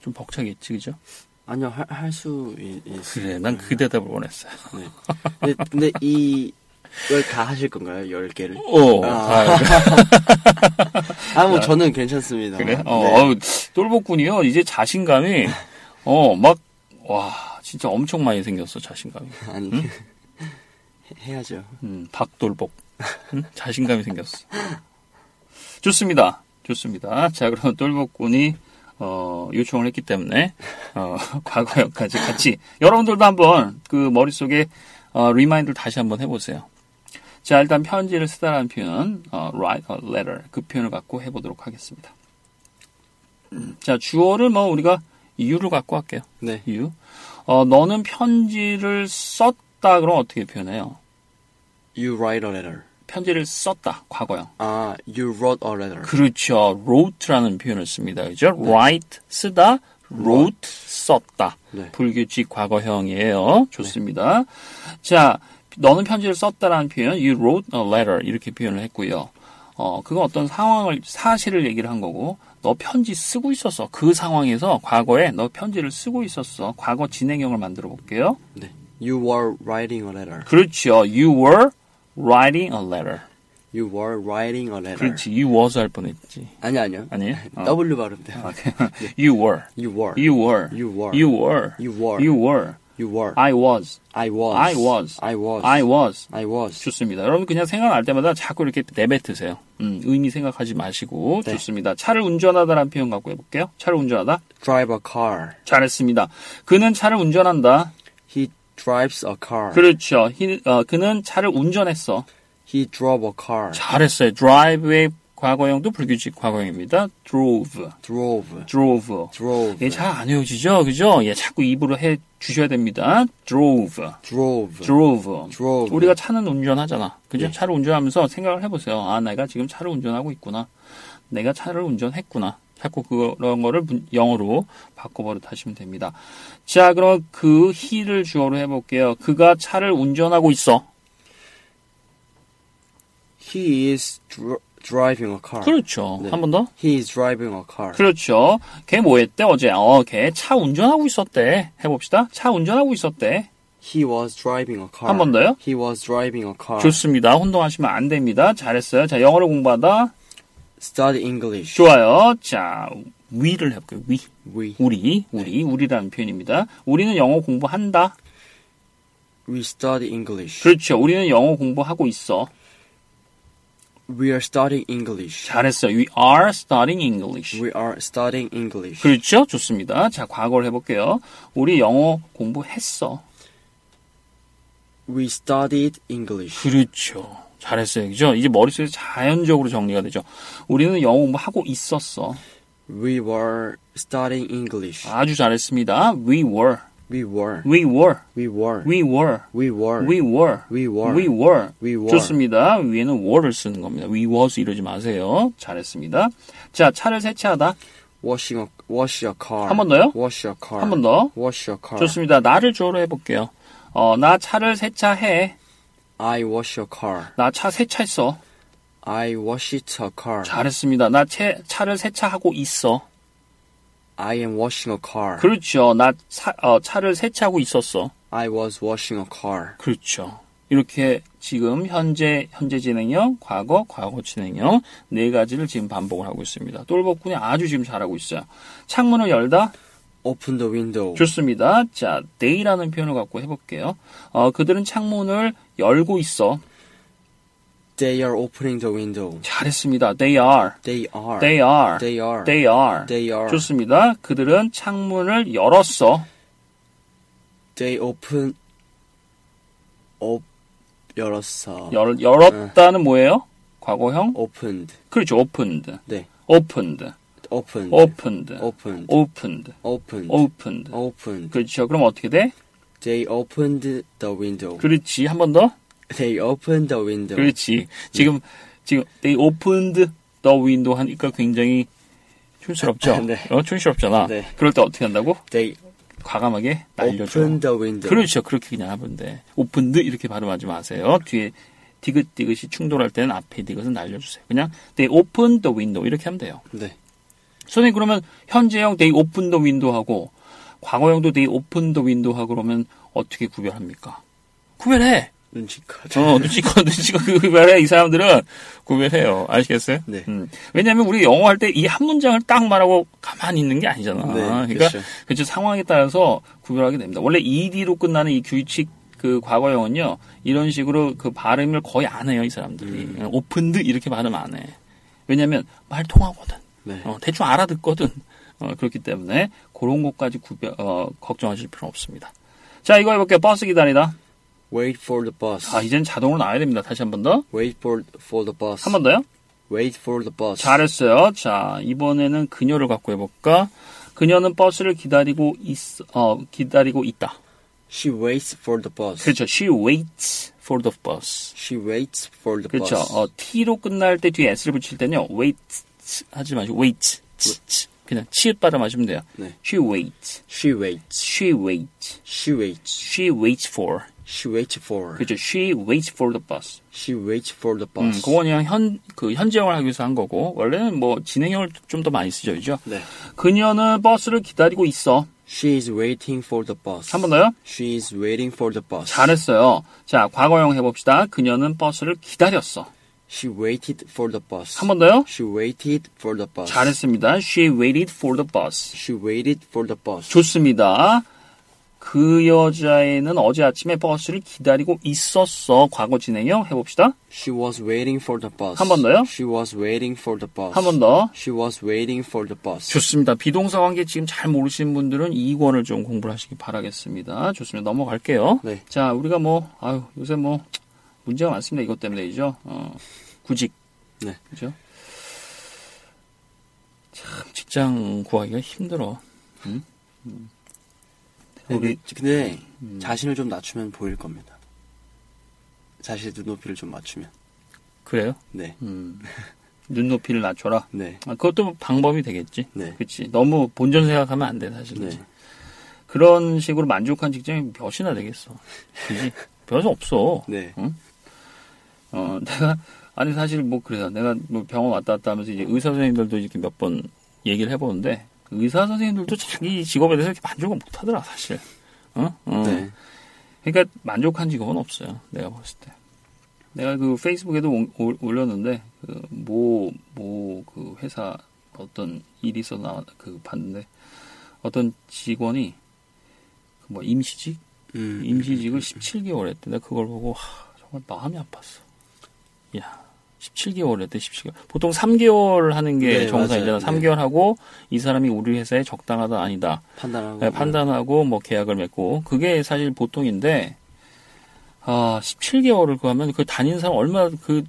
좀 벅차겠지, 그죠?
아니요, 할, 할수 있어요.
그래, 난 그 대답을 원했어요.
네. 근데, 근데 이걸 다 하실 건가요? 열 개를?
어,
아.
다
아, 뭐 저는 괜찮습니다.
네. 그래? 어,
네.
어우, 똘복군이요. 이제 자신감이, 어, 막, 와, 진짜 엄청 많이 생겼어, 자신감이.
아니 해야죠.
음, 박돌복. 음, 자신감이 생겼어. 좋습니다. 좋습니다. 자, 그럼 똘복군이, 어, 요청을 했기 때문에, 어, 과거형까지 같이. 여러분들도 한번 그 머릿속에, 어, 리마인드를 다시 한번 해보세요. 자, 일단 편지를 쓰다라는 표현, 어, write a letter. 그 표현을 갖고 해보도록 하겠습니다. 음, 자, 주어를 뭐 우리가 이유를 갖고 할게요.
네.
이유. 어, 너는 편지를 썼다. 그럼 어떻게 표현해요?
You write a letter.
편지를 썼다. 과거형.
아, you wrote a letter.
그렇죠. wrote라는 표현을 씁니다. 그죠? write 쓰다, wrote 썼다.
네.
불규칙 과거형이에요. 좋습니다. 자, 너는 편지를 썼다라는 표현 you wrote a letter 이렇게 표현을 했고요. 어, 그건 어떤 상황을 사실을 얘기를 한 거고 너 편지 쓰고 있었어. 그 상황에서 과거에 너 편지를 쓰고 있었어. 과거 진행형을 만들어 볼게요.
네. You were writing a letter.
그렇죠. You were writing a letter.
You were writing a letter.
그렇지. You was 할 뻔했지.
아니 아니요.
아니에요? 어.
W 발음 돼. 요
You were.
You were.
You were.
You were.
You were.
You were.
You were.
You were.
I was.
I was.
I was.
I was.
I was.
I was.
좋습니다. 여러분 그냥 생각날 때마다 자꾸 이렇게 내뱉으세요. 음, 의미 생각하지 마시고
네.
좋습니다. 차를 운전하다라는 표현 갖고 해볼게요. 차를 운전하다.
Drive a car.
잘했습니다. 그는 차를 운전한다.
He drives a car.
그렇죠. He- 어, 그는 차를 운전했어.
He drove a car.
잘했어요. Drive의 과거형도 불규칙 과거형입니다. Drove.
Drove.
Drove.
Drove.
예, 잘 안 외워지죠? 그죠? 예, 자꾸 입으로 해 주셔야 됩니다. Drove.
Drove.
drove.
Drove. 예.
우리가 차는 운전하잖아. 그죠? 차를 운전하면서 생각을 해보세요. 아, 내가 지금 차를 운전하고 있구나. 내가 차를 운전했구나. 자꾸 그런 거를 문- 영어로 바꿔버릇하시면 됩니다. 자, 그럼 그 he를 주어로 해볼게요. 그가 차를 운전하고 있어.
He is dr- driving a car.
그렇죠.
네.
한 번 더.
He is driving a car.
그렇죠. 걔 뭐 했대, 어제? 어, 걔 차 운전하고 있었대. 해봅시다. 차 운전하고 있었대.
He was driving a car.
한번 더요?
He was driving a car.
좋습니다. 혼동하시면 안 됩니다. 잘했어요. 자, 영어를 공부하다.
Study English.
좋아요. 자, 위를 해볼게요. 위.
We
우리, 우리, 우리라는 표현입니다. 우리는 영어 공부한다.
we study English.
그렇죠. 우리는 영어 공부하고 있어.
We are studying English.
잘했어요. We are studying English.
We are studying English.
그렇죠. 좋습니다. 자, 과거를 해볼게요. 우리 영어 공부했어.
We studied English.
그렇죠. 잘했어요. 그죠? 이제 머릿속에 자연적으로 정리가 되죠. 우리는 영어 공부하고 있었어.
We were studying English.
아주 잘했습니다. We were.
We were.
We were.
We were.
We were.
We were.
We were.
We were.
We were.
We were.
좋습니다. 위에는 were를 쓰는 겁니다. We was 이러지 마세요. 잘했습니다. 자, 차를 세차하다.
Washing a wash your car.
한번 더요?
Wash your car.
한 번 더.
Wash your car.
좋습니다. 나를 주어로 해볼게요. 어, 나 차를 세차해.
I wash your car.
나 차 세차했어.
I wash it a car.
잘했습니다. 나 채, 차를 세차하고 있어.
I am washing a car.
그렇죠. 나 차, 어, 차를 세차하고 있었어.
I was washing a car.
그렇죠. 이렇게 지금 현재 현재 진행형, 과거, 과거 진행형 네 가지를 지금 반복을 하고 있습니다. 똘복군이 아주 지금 잘하고 있어요. 창문을 열다.
Open the window.
좋습니다. 자, they라는 표현을 갖고 해볼게요. 어, 그들은 창문을 열고 있어.
They are opening the window.
잘했습니다. They are.
They are.
They are.
They are.
They are.
They are.
좋습니다. 그들은 창문을 열었어.
They open. op 열었어.
열, 열었다는 뭐예요? 과거형?
opened.
그렇죠. opened.
네.
opened.
opened.
opened.
opened.
opened.
opened.
opened.
opened.
그렇죠. 그럼 어떻게 돼?
They opened the window.
그렇지. 한 번 더?
They opened the window.
그렇지. 지금, 지금, they opened the window 하니까 굉장히 촌스럽죠?
네.
어, 촌스럽잖아.
네.
그럴 때 어떻게 한다고?
They
과감하게 날려줘.
opened the window.
그렇죠. 그렇게 그냥 하면 돼. 오픈드 이렇게 발음하지 마세요. 뒤에 디귿디귿이 충돌할 때는 앞에 디귿은 날려주세요. 그냥 they open the window 이렇게 하면 돼요.
네.
선생님 그러면 현재형 they open the window 하고 과거형도 they open the window 하고 그러면 어떻게 구별합니까? 구별해.
눈치껏.
어, 눈치껏, 눈치껏 그 구별해. 이 사람들은 구별해요. 아시겠어요?
네.
음. 왜냐하면 우리 영어 할 때 이 한 문장을 딱 말하고 가만히 있는 게 아니잖아.
네,
그러니까
그렇죠.
그렇죠. 상황에 따라서 구별하게 됩니다. 원래 ed로 끝나는 이 규칙 그 과거형은요 이런 식으로 그 발음을 거의 안 해요 이 사람들이
음.
어, 오픈드 이렇게 발음 안 해. 왜냐하면 말 통하거든.
네.
어, 대충 알아듣거든. 어, 그렇기 때문에 그런 것까지 구별 어, 걱정하실 필요 없습니다. 자 이거 해볼게요. 버스 기다리다.
Wait for the bus.
아 이젠 자동으로 나와야 됩니다. 다시 한 번 더.
Wait for for the bus.
한 번 더요.
Wait for the bus.
잘했어요. 자, 이번에는 그녀를 갖고 해볼까? 그녀는 버스를 기다리고 있, 어, 기다리고 있다.
She waits for the bus.
그렇죠. She waits for the bus.
She waits for the
그렇죠.
bus.
어, T로 끝날 때 뒤에 S를 붙일 때는요. wait 하지 마시고 wait. 치, 치. 그냥 치읓 발음하시면 돼요.
네.
She waits.
She waits.
She waits.
She waits.
She waits for.
She waits for.
그렇죠. She waits for the bus.
She waits for the
음,
bus.
그건 그냥 현, 그 현재형을 하기 위해서 한 거고 원래는 뭐 진행형을 좀 더 많이 쓰죠. 그죠?
네.
그녀는 버스를 기다리고 있어.
She is waiting for the bus.
한 번 더요.
She is waiting for the bus.
잘했어요. 자, 과거형 해봅시다. 그녀는 버스를 기다렸어.
She waited for the bus.
한 번 더요.
She waited for the bus.
잘했습니다. She waited for the bus.
She waited for the bus.
좋습니다. 그 여자애는 어제 아침에 버스를 기다리고 있었어. 과거 진행형 해봅시다.
She was waiting for the bus.
한번 더요?
She was waiting for the bus.
한 번 더.
She was waiting for the bus.
좋습니다. 비동사 관계 지금 잘 모르시는 분들은 이 권을 좀 공부를 하시기 바라겠습니다. 좋습니다. 넘어갈게요.
네.
자, 우리가 뭐, 아유, 요새 뭐, 문제가 많습니다. 이것 때문에이죠. 어, 구직.
네.
그죠? 참, 직장 구하기가 힘들어. 우리-
근데, 근데
음.
자신을 좀 낮추면 보일 겁니다. 자신의 눈높이를 좀 맞추면.
그래요?
네.
음. 눈높이를 낮춰라.
네.
아, 그것도 방법이 되겠지.
네.
그치. 너무 본전 생각하면 안 돼, 사실은.
네.
그런 식으로 만족한 직장이 몇이나 되겠어. 그지? 별로 없어.
네.
어, 내가, 아니, 사실 뭐, 그래요. 내가 뭐 병원 왔다 갔다 하면서 이제 의사 선생님들도 이렇게 몇 번 얘기를 해보는데, 그 의사 선생님들도 자기 직업에 대해서 이렇게 만족을 못 하더라, 사실. 어? 어.
네.
그러니까 만족한 직업은 없어요. 내가 봤을 때. 내가 그 페이스북에도 올- 올- 올렸는데 그 그뭐뭐그 회사 어떤 일이 있어 나그 봤는데 어떤 직원이 그뭐 임시직
음.
임시직을 17개월 했대. 내가 그걸 보고 하, 정말 마음이 아팠어. 야, 17개월 했대. 17개월. 보통 3개월 하는 게
네,
정상이잖아.
맞아요.
3개월 하고 이 사람이 우리 회사에 적당하다 아니다.
판단하고.
네, 판단하고 뭐 계약을 맺고 그게 사실 보통인데 아 17개월을 그 하면 그 다닌 사람 얼마나 그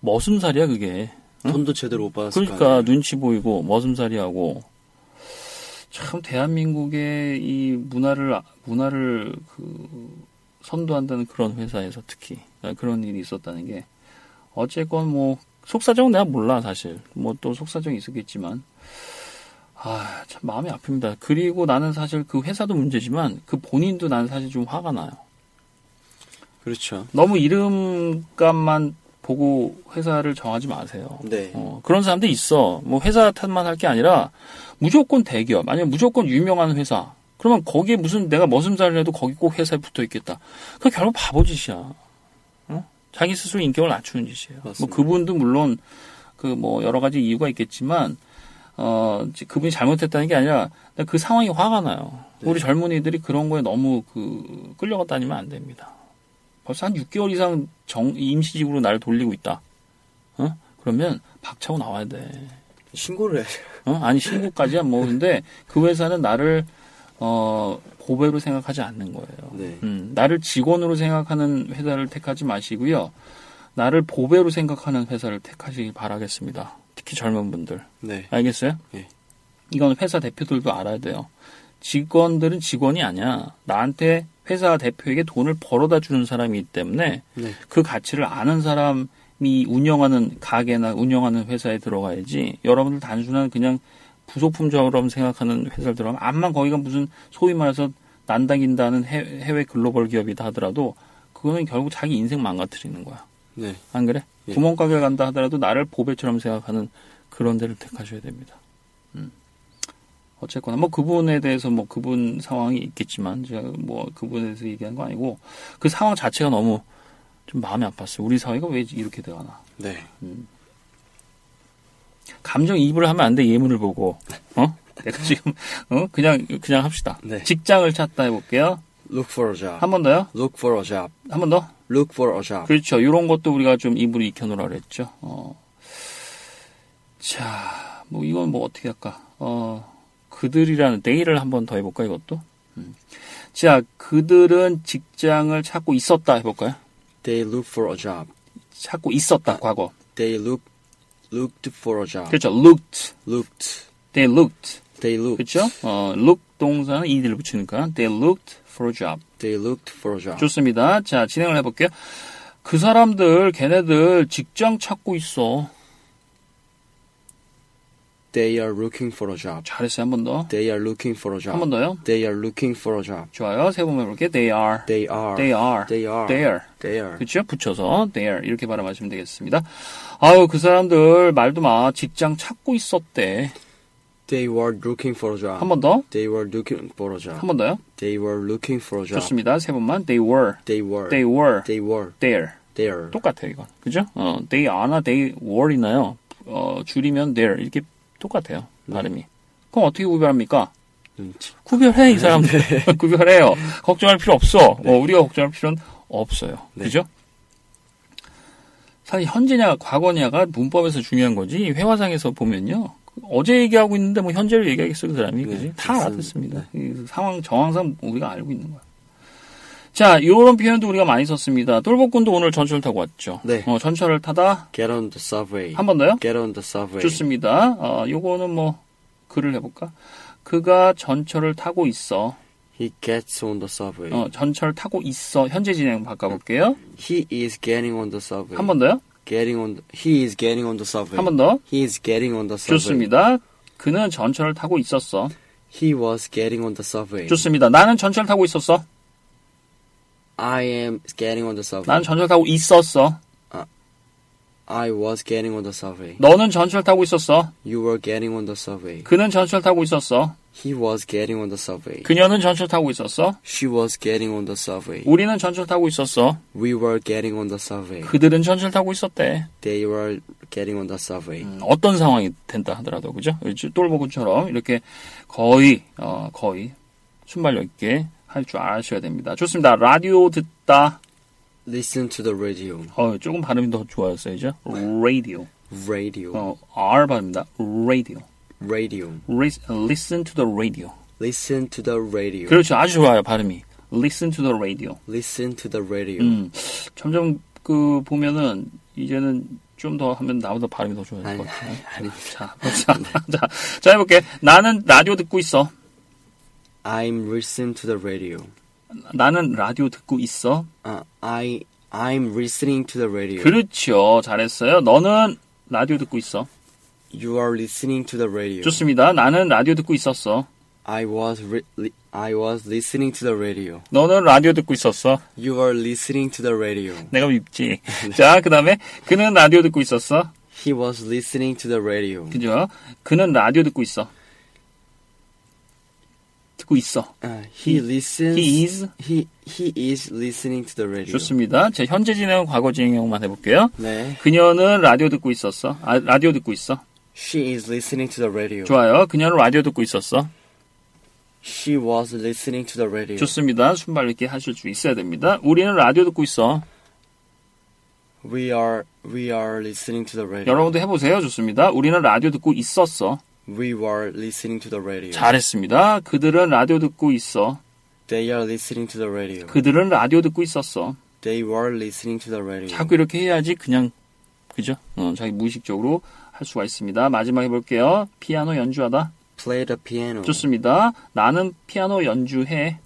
머슴살이야 그게
음? 돈도 제대로 못 받았을 거
그러니까
아니에요.
눈치 보이고 머슴살이하고 참 대한민국의 이 문화를 아- 문화를 그 선도한다는 그런 회사에서 특히 그런 일이 있었다는 게 어쨌건 뭐 속사정은 내가 몰라 사실 뭐 또 속사정이 있었겠지만 아 참 마음이 아픕니다 그리고 나는 사실 그 회사도 문제지만 그 본인도 나는 사실 좀 화가 나요
그렇죠.
너무 이름값만 보고 회사를 정하지 마세요
네.
어, 그런 사람도 있어. 뭐 회사 탓만 할 게 아니라 무조건 대기업 아니면 무조건 유명한 회사. 그러면 거기에 무슨 내가 머슴살을 해도 거기 꼭 회사에 붙어 있겠다. 그 결국 바보 짓이야. 어? 자기 스스로 인격을 낮추는 짓이에요. 뭐
맞습니다.
그분도 물론 그 뭐 여러 가지 이유가 있겠지만 어 이제 그분이 잘못했다는 게 아니라 그 상황이 화가 나요.
네.
우리 젊은이들이 그런 거에 너무 그 끌려갔다니면 안 됩니다. 벌써 한 6개월 이상 정 임시직으로 나를 돌리고 있다. 어? 그러면 박차고 나와야 돼.
신고를 해야 돼요.
어? 아니 신고까지야 뭐 근데 그 회사는 나를 어 고배로 생각하지 않는 거예요.
네.
음, 나를 직원으로 생각하는 회사를 택하지 마시고요. 나를 보배로 생각하는 회사를 택하시길 바라겠습니다. 특히 젊은 분들.
네.
알겠어요?
예.
이건 회사 대표들도 알아야 돼요. 직원들은 직원이 아니야. 나한테 회사 대표에게 돈을 벌어다 주는 사람이기 때문에
네.
그 가치를 아는 사람이 운영하는 가게나 운영하는 회사에 들어가야지 여러분들 단순한 그냥 부속품처럼 생각하는 회사를 들어가면 암만 거기가 무슨 소위 말해서 난당긴다는 해- 해외 글로벌 기업이다 하더라도 그거는 결국 자기 인생 망가뜨리는 거야.
네.
안 그래?
예.
구멍가게 간다 하더라도 나를 보배처럼 생각하는 그런 데를 택하셔야 됩니다. 음. 어쨌거나 뭐 그분에 대해서 뭐 그분 상황이 있겠지만 제가 뭐 그분에 대해서 얘기한 거 아니고 그 상황 자체가 너무 좀 마음이 아팠어요. 우리 사회가 왜 이렇게 돼가나.
네.
감정 이입을 하면 안 돼. 예문을 보고. 어? 내가 지금 어? 그냥 그냥 합시다.
네.
직장을 찾다 해볼게요.
Look for a job.
한 번 더요.
Look for a job.
한 번 더.
Look for a job.
그렇죠. 이런 것도 우리가 좀 입으로 익혀놓으라 그랬죠. 어. 자, 뭐 이건 뭐 어떻게 할까? 어, 그들이라는 내일을 한 번 더 해볼까 이것도. 음. 자, 그들은 직장을 찾고 있었다 해볼까요?
They look for a job.
찾고 있었다 과거.
They look looked for a job.
그렇죠. Looked.
Looked.
They looked.
They looked.
그렇죠. 어, look 동사는 이들 붙이니까 they looked for a job.
They looked for a job.
좋습니다. 자, 진행을 해볼게요. 그 사람들, 걔네들 직장 찾고 있어.
They are looking for a job.
잘했어요. 한 번 더.
They are looking for a job.
한 번 더요.
They are looking for a job.
좋아요. 세 번 해볼게요. They are.
They are.
They are.
They are.
There.
They are.
그렇죠? 붙여서 there 이렇게 발음하시면 되겠습니다. 아유 그 사람들 말도 마 직장 찾고 있었대.
They were looking for a job.
한 번 더,
They were looking for a job.
한 번 더요.
They were looking for a job.
좋습니다. 세 번만. They were.
They were.
They were.
They were.
There.
There.
똑같아요 이건. 그죠? 어, they are나 they were이나요. 어, 줄이면 there 이렇게 똑같아요 발음이.
네.
그럼 어떻게 구별합니까?
눈치.
구별해 이 사람들 네, 구별해요 걱정할 필요 없어 어, 우리가 걱정할 필요는 없어요 그죠 사실 현재냐 과거냐가 문법에서 중요한 거지 회화상에서 보면요 어제 얘기하고 있는데 뭐 현재를 얘기하겠어 그 사람이
네,
그지 다 네.
그렇습니다.
알아듣습니다 이 상황 정황상 우리가 알고 있는 거야 자 이런 표현도 우리가 많이 썼습니다 똘복군도 오늘 전철 타고 왔죠
네.
어, 전철을 타다
Get on the subway.
한 번 더요
Get on
네.
the subway.
좋습니다 어, 요거는 뭐 글을 해볼까 그가 전철을 타고 있어
He gets on the subway.
어, 전철 타고 있어. 현재 진행 바꿔볼게요.
He is getting on the subway.
한 번 더요.
Getting on. The, he is getting on the subway.
한 번 더.
He is getting on the subway.
좋습니다. 그는 전철을 타고 있었어.
He was getting on the subway.
좋습니다. 나는 전철 타고 있었어.
I am getting on the subway.
나는 전철 타고 있었어.
I was getting on the subway.
너는 전철 타고 있었어.
You were getting on the subway.
그는 전철 타고 있었어.
He was getting on the subway.
그녀는 전철 타고 있었어.
She was getting on the subway.
우리는 전철 타고 있었어.
We were getting on the subway.
그들은 전철 타고 있었대.
They were getting on the subway.
음, 어떤 상황이 된다 하더라도 그죠? 똘보군처럼 이렇게 거의 어, 거의 순발력 있게 할 줄 아셔야 됩니다. 좋습니다. 라디오 듣다.
Listen to the radio.
어, 조금 발음이 더 좋아졌어요, Radio.
Radio.
어, R 발음입니다. Radio.
Radio.
Lis- Listen to the radio.
Listen to the radio.
그렇죠. 아주 좋아요, 발음이. Listen to the radio.
Listen to the radio.
음, 점점 그 보면은 이제는 좀 더 하면 나보다 발음이 더 좋아질
아니,
것 같아요. 자, 자, 자, 자 해볼게. 나는 라디오 듣고 있어.
I'm listening to the radio.
나는 라디오 듣고 있어.
Uh, I I'm listening to the radio.
그렇죠. 잘했어요. 너는 라디오 듣고 있어.
You are listening to the radio.
좋습니다. 나는 라디오 듣고 있었어.
I was re- li- I was listening to the radio.
너는 라디오 듣고 있었어.
You are listening to the radio.
내가 밉지. 자, 그 다음에 그는 라디오 듣고 있었어.
He was listening to the radio.
그죠? 그는 라디오 듣고 있어. 듣고 있어.
Uh, he listens.
He is.
He he is listening to the radio.
좋습니다. 제 현재 진행은 과거 진행만 해볼게요.
네.
그녀는 라디오 듣고 있었어. 아, 라디오 듣고 있어.
She is listening to the radio.
좋아요. 그녀는 라디오 듣고 있었어.
She was listening to the radio.
좋습니다. 순발 있게 하실 수 있어야 됩니다. 우리는 라디오 듣고 있어.
We are we are listening to the radio.
여러분도 해보세요. 좋습니다. 우리는 라디오 듣고 있었어.
We were listening to the radio.
잘했습니다. 그들은 라디오 듣고 있어.
They are listening to the radio.
그들은 라디오 듣고 있었어.
They were listening to the radio.
자꾸 이렇게 해야지 그냥 그죠? 어, 자기 무의식적으로 할 수가 있습니다. 마지막에 볼게요. 피아노 연주하다.
Play the piano.
좋습니다. 나는 피아노 연주해.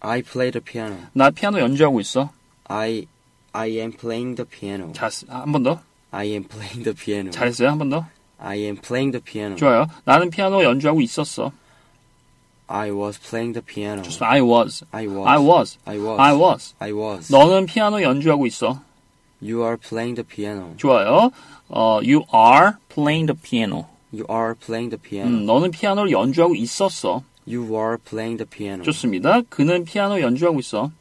I play the piano.
나 피아노 연주하고 있어.
I I am playing the piano.
자, 한번 더.
I am playing the piano.
잘했어요. 한 번 더.
I am playing the piano.
좋아요. 나는 피아노 연주하고 있었어.
I was playing the piano.
좋습니다. I was.
I was.
I was.
I was.
I was.
I was.
너는 피아노 연주하고 있어.
You are playing the piano.
좋아요. 어, you are playing the piano.
You are playing the piano.
음, 너는 피아노를 연주하고 있었어.
You are playing the piano.
좋습니다. 그는 피아노 연주하고 있어.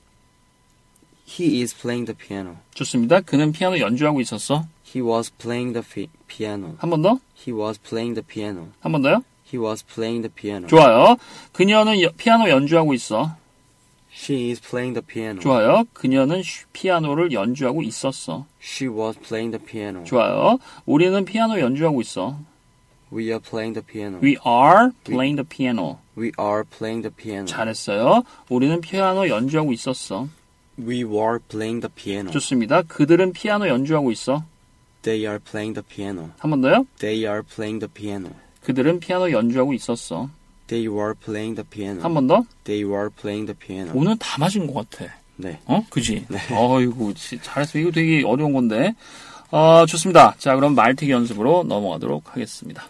He is playing the piano.
좋습니다. 그는 피아노 연주하고 있었어.
He was playing the fi- piano.
한 번 더?
He was playing the piano.
한 번 더요?
He was playing the piano.
좋아요. 그녀는 여- 피아노 연주하고 있어.
She is playing the piano.
좋아요. 그녀는 쉬- 피아노를 연주하고 있었어.
She was playing the piano.
좋아요. 우리는 피아노 연주하고 있어.
We are playing the piano.
We are playing the piano.
We are playing the piano.
잘했어요. 우리는 피아노 연주하고 있었어.
We were playing the piano.
좋습니다. 그들은 피아노 연주하고 있어.
They are playing the piano.
한 번 더요?
They are playing the piano.
그들은 피아노 연주하고 있었어.
They were playing the piano.
한 번 더?
They were playing the piano.
오늘 다 맞은 것 같아.
네.
어? 그지? 어이구, 지- 잘했어. 이거 되게 어려운 건데. 어, 좋습니다. 자, 그럼 말티기 연습으로 넘어가도록 하겠습니다.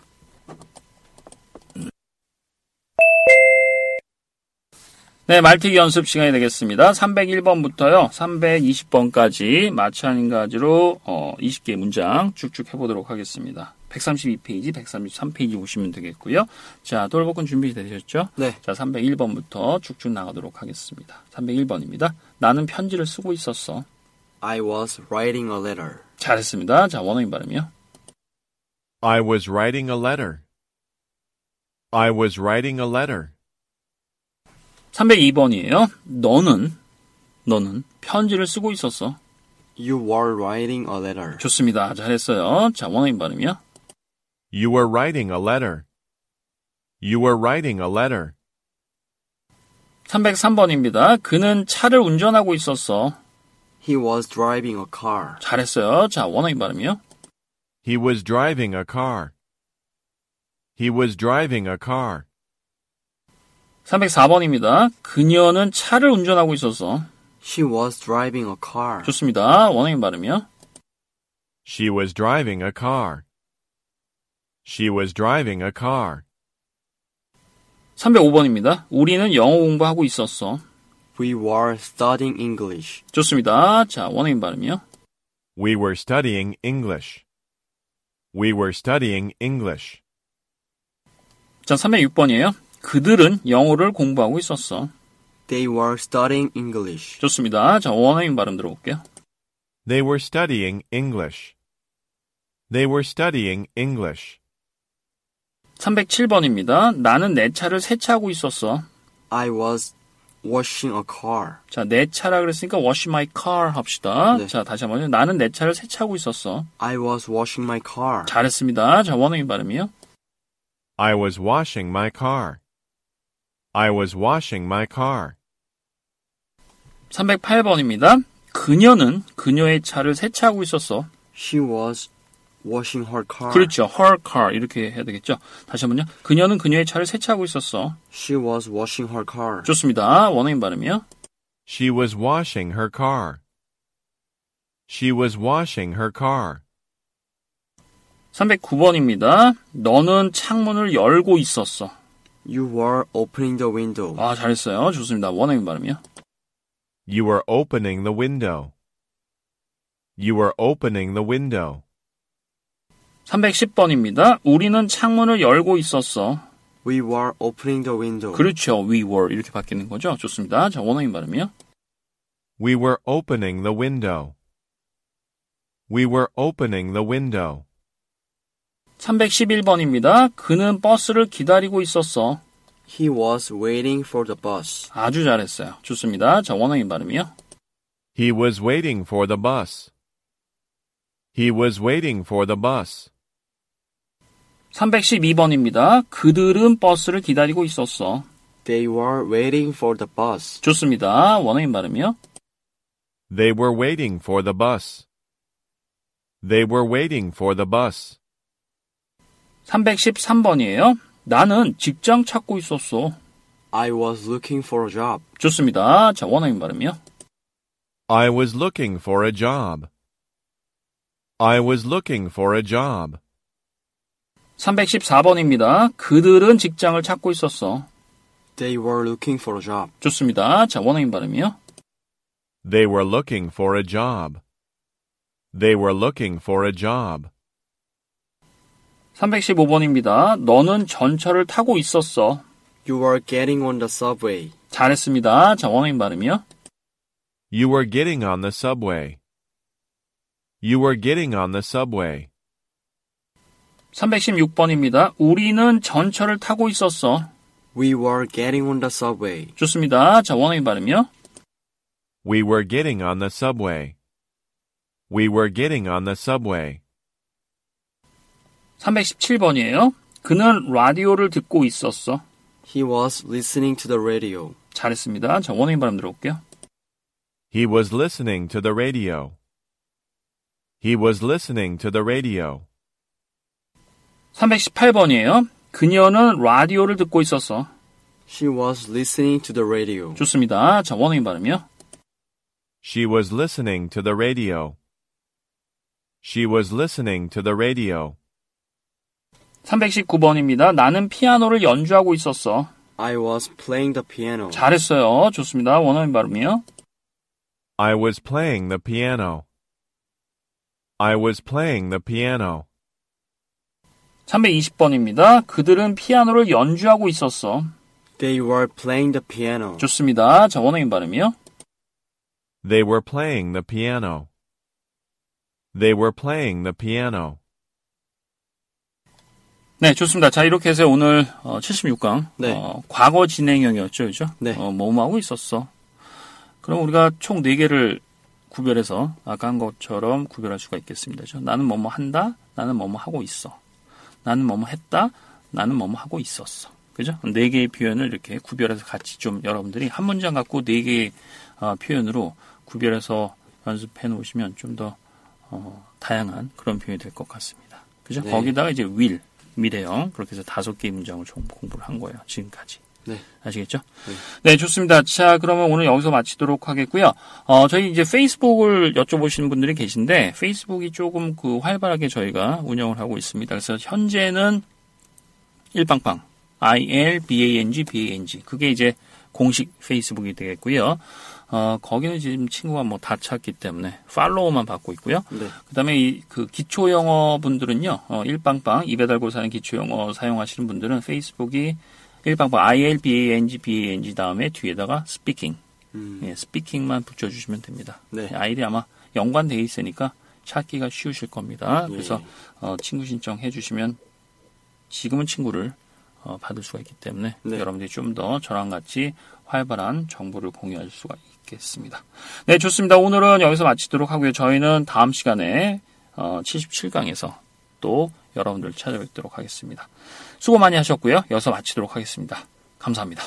네, 말티기 연습 시간이 되겠습니다. 301번부터요, 320번까지 마찬가지로 어, 20개의 문장 쭉쭉 해보도록 하겠습니다. 132페이지, 133페이지 보시면 되겠고요. 자, 돌복은 준비되셨죠?
네.
자, 301번부터 쭉쭉 나가도록 하겠습니다. 301번입니다. 나는 편지를 쓰고 있었어.
I was writing a letter.
잘했습니다. 자, 원어민 발음이요.
I was writing a letter. I was writing a letter.
302번이에요. 너는, 너는 편지를 쓰고 있었어.
You were writing a letter.
좋습니다. 잘했어요. 자, 원어민 발음이요.
You were writing a letter. You were writing a letter.
303번입니다. 그는 차를 운전하고 있었어.
He was driving a car.
잘했어요. 자, 원어민 발음이요.
He was driving a car. He was driving a car.
304번입니다. 그녀는 차를 운전하고 있었어.
She was driving a car.
좋습니다. 원어민 발음이요.
She was driving a car. She was driving a car.
305번입니다. 우리는 영어 공부하고 있었어.
We were studying English.
좋습니다. 자, 원어민 발음이요.
We were studying English. We were studying English.
자, 306번이에요. 그들은 영어를 공부하고 있었어.
They were studying English.
좋습니다. 자, 원어민 발음 들어볼게요.
They were studying English. They were studying English.
307번입니다. 나는 내 차를 세차하고 있었어.
I was washing a car.
자, 내 차라 그랬으니까 wash my car 합시다.
네.
자, 다시 한번요. 나는 내 차를 세차하고 있었어.
I was washing my car.
잘했습니다. 자, 원어민 발음이요.
I was washing my car. I was washing my car.
308번입니다. 그녀는 그녀의 차를 세차하고 있었어.
She was washing her car.
그렇죠. her car 이렇게 해야 되겠죠. 다시 한번요. 그녀는 그녀의 차를 세차하고 있었어.
She was washing her car.
좋습니다. 원어민 발음이요.
She was washing her car. She was washing her car.
309번입니다. 너는 창문을 열고 있었어.
You were opening the window.
아, 잘했어요. 좋습니다. 원어민 발음이요.
You were opening the window. You were opening the window.
310번입니다. 우리는 창문을 열고 있었어.
We were opening the window.
그렇죠. We were. 이렇게 바뀌는 거죠. 좋습니다. 자, 원어민 발음이요.
We were opening the window. We were opening the window.
311번입니다. 그는 버스를 기다리고 있었어.
He was waiting for the bus.
아주 잘했어요. 좋습니다. 자, 원어민 발음이요.
He was waiting for the bus. He was waiting for the bus.
312번입니다. 그들은 버스를 기다리고 있었어.
They were waiting for the bus.
좋습니다. 원어민 발음이요.
They were waiting for the bus. They were waiting for the bus.
313번이에요. 나는 직장 찾고 있었어.
I was looking for a job.
좋습니다. 자, 원어민 발음이요.
I was looking for a job. I was looking for a job.
314번입니다. 그들은 직장을 찾고 있었어.
They were looking for a job.
좋습니다. 자, 원어민 발음이요.
They were looking for a job. They were looking for a job.
315번입니다. 너는 전철을 타고 있었어.
You were getting on the subway.
잘했습니다. 자, 원어민 발음이요.
You were getting on the subway. You were getting on the subway.
316번입니다. 우리는 전철을 타고 있었어.
We were getting on the subway.
좋습니다. 자, 원어민 발음이요.
We were getting on the subway. We were getting on the subway.
317번이에요. 그는 라디오를 듣고 있었어.
He was listening to the radio.
잘했습니다. 자, 원어민 발음 들어볼게요.
He was listening to the radio. He was listening to the radio.
318번이에요. 그녀는 라디오를 듣고 있었어.
She was listening to the radio.
좋습니다. 자, 원어민 발음이요.
She was listening to the radio. She was listening to the radio.
319번입니다. 나는 피아노를 연주하고 있었어.
I was playing the piano.
잘했어요. 좋습니다. 원어민 발음이요.
I was playing the piano. I was playing the piano.
320번입니다. 그들은 피아노를 연주하고 있었어.
They were playing the piano.
좋습니다. 자, 원어민 발음이요.
They were playing the piano. They were playing the piano.
네, 좋습니다. 자, 이렇게 해서 오늘 어, 76강 어,
네.
과거 진행형이었죠, 그죠?
네.
어, 뭐뭐하고 있었어. 그럼 우리가 총 4개를 구별해서 아까 한 것처럼 구별할 수가 있겠습니다. 그죠? 나는 뭐뭐 한다. 나는 뭐뭐 하고 있어. 나는 뭐뭐 했다. 나는 뭐뭐 하고 있었어. 그죠? 4개의 표현을 이렇게 구별해서 같이 좀 여러분들이 한 문장 갖고 4개의 어, 표현으로 구별해서 연습해 놓으시면 좀 더 어, 다양한 그런 표현이 될 것 같습니다. 그죠?
네.
거기다가 이제 will 미래형 그렇게 해서 다섯 개의 문장을 총 공부를 한 거예요. 지금까지.
네.
아시겠죠? 네. 좋습니다. 자, 그러면 오늘 여기서 마치도록 하겠고요. 어, 저희 이제 페이스북을 여쭤보시는 분들이 계신데, 페이스북이 조금 그 활발하게 저희가 운영을 하고 있습니다. 그래서 현재는 일방방, ILBANG, BANG. 그게 이제 공식 페이스북이 되겠고요. 어, 거기는 지금 친구가 뭐 다 찾기 때문에 팔로우만 받고 있고요.
네.
그다음에 이, 그 기초 영어 분들은요. 어, 일빵빵 입에 달고 사는 기초 영어 사용하시는 분들은 페이스북이 일빵빵 ILBANG BANG 다음에 뒤에다가 스피킹. 예, 스피킹만 붙여 주시면 됩니다.
음.
예,
네.
아이디 아마 연관돼 있으니까 찾기가 쉬우실 겁니다. 그래서
예.
어, 친구 신청해 주시면 지금은 친구를 어, 받을 수가 있기 때문에
네.
여러분들이 좀 더 저랑 같이 활발한 정보를 공유할 수가 있겠습니다. 네, 좋습니다. 오늘은 여기서 마치도록 하고요. 저희는 다음 시간에 어, 77강에서 또 여러분들 찾아뵙도록 하겠습니다. 수고 많이 하셨고요. 여기서 마치도록 하겠습니다. 감사합니다.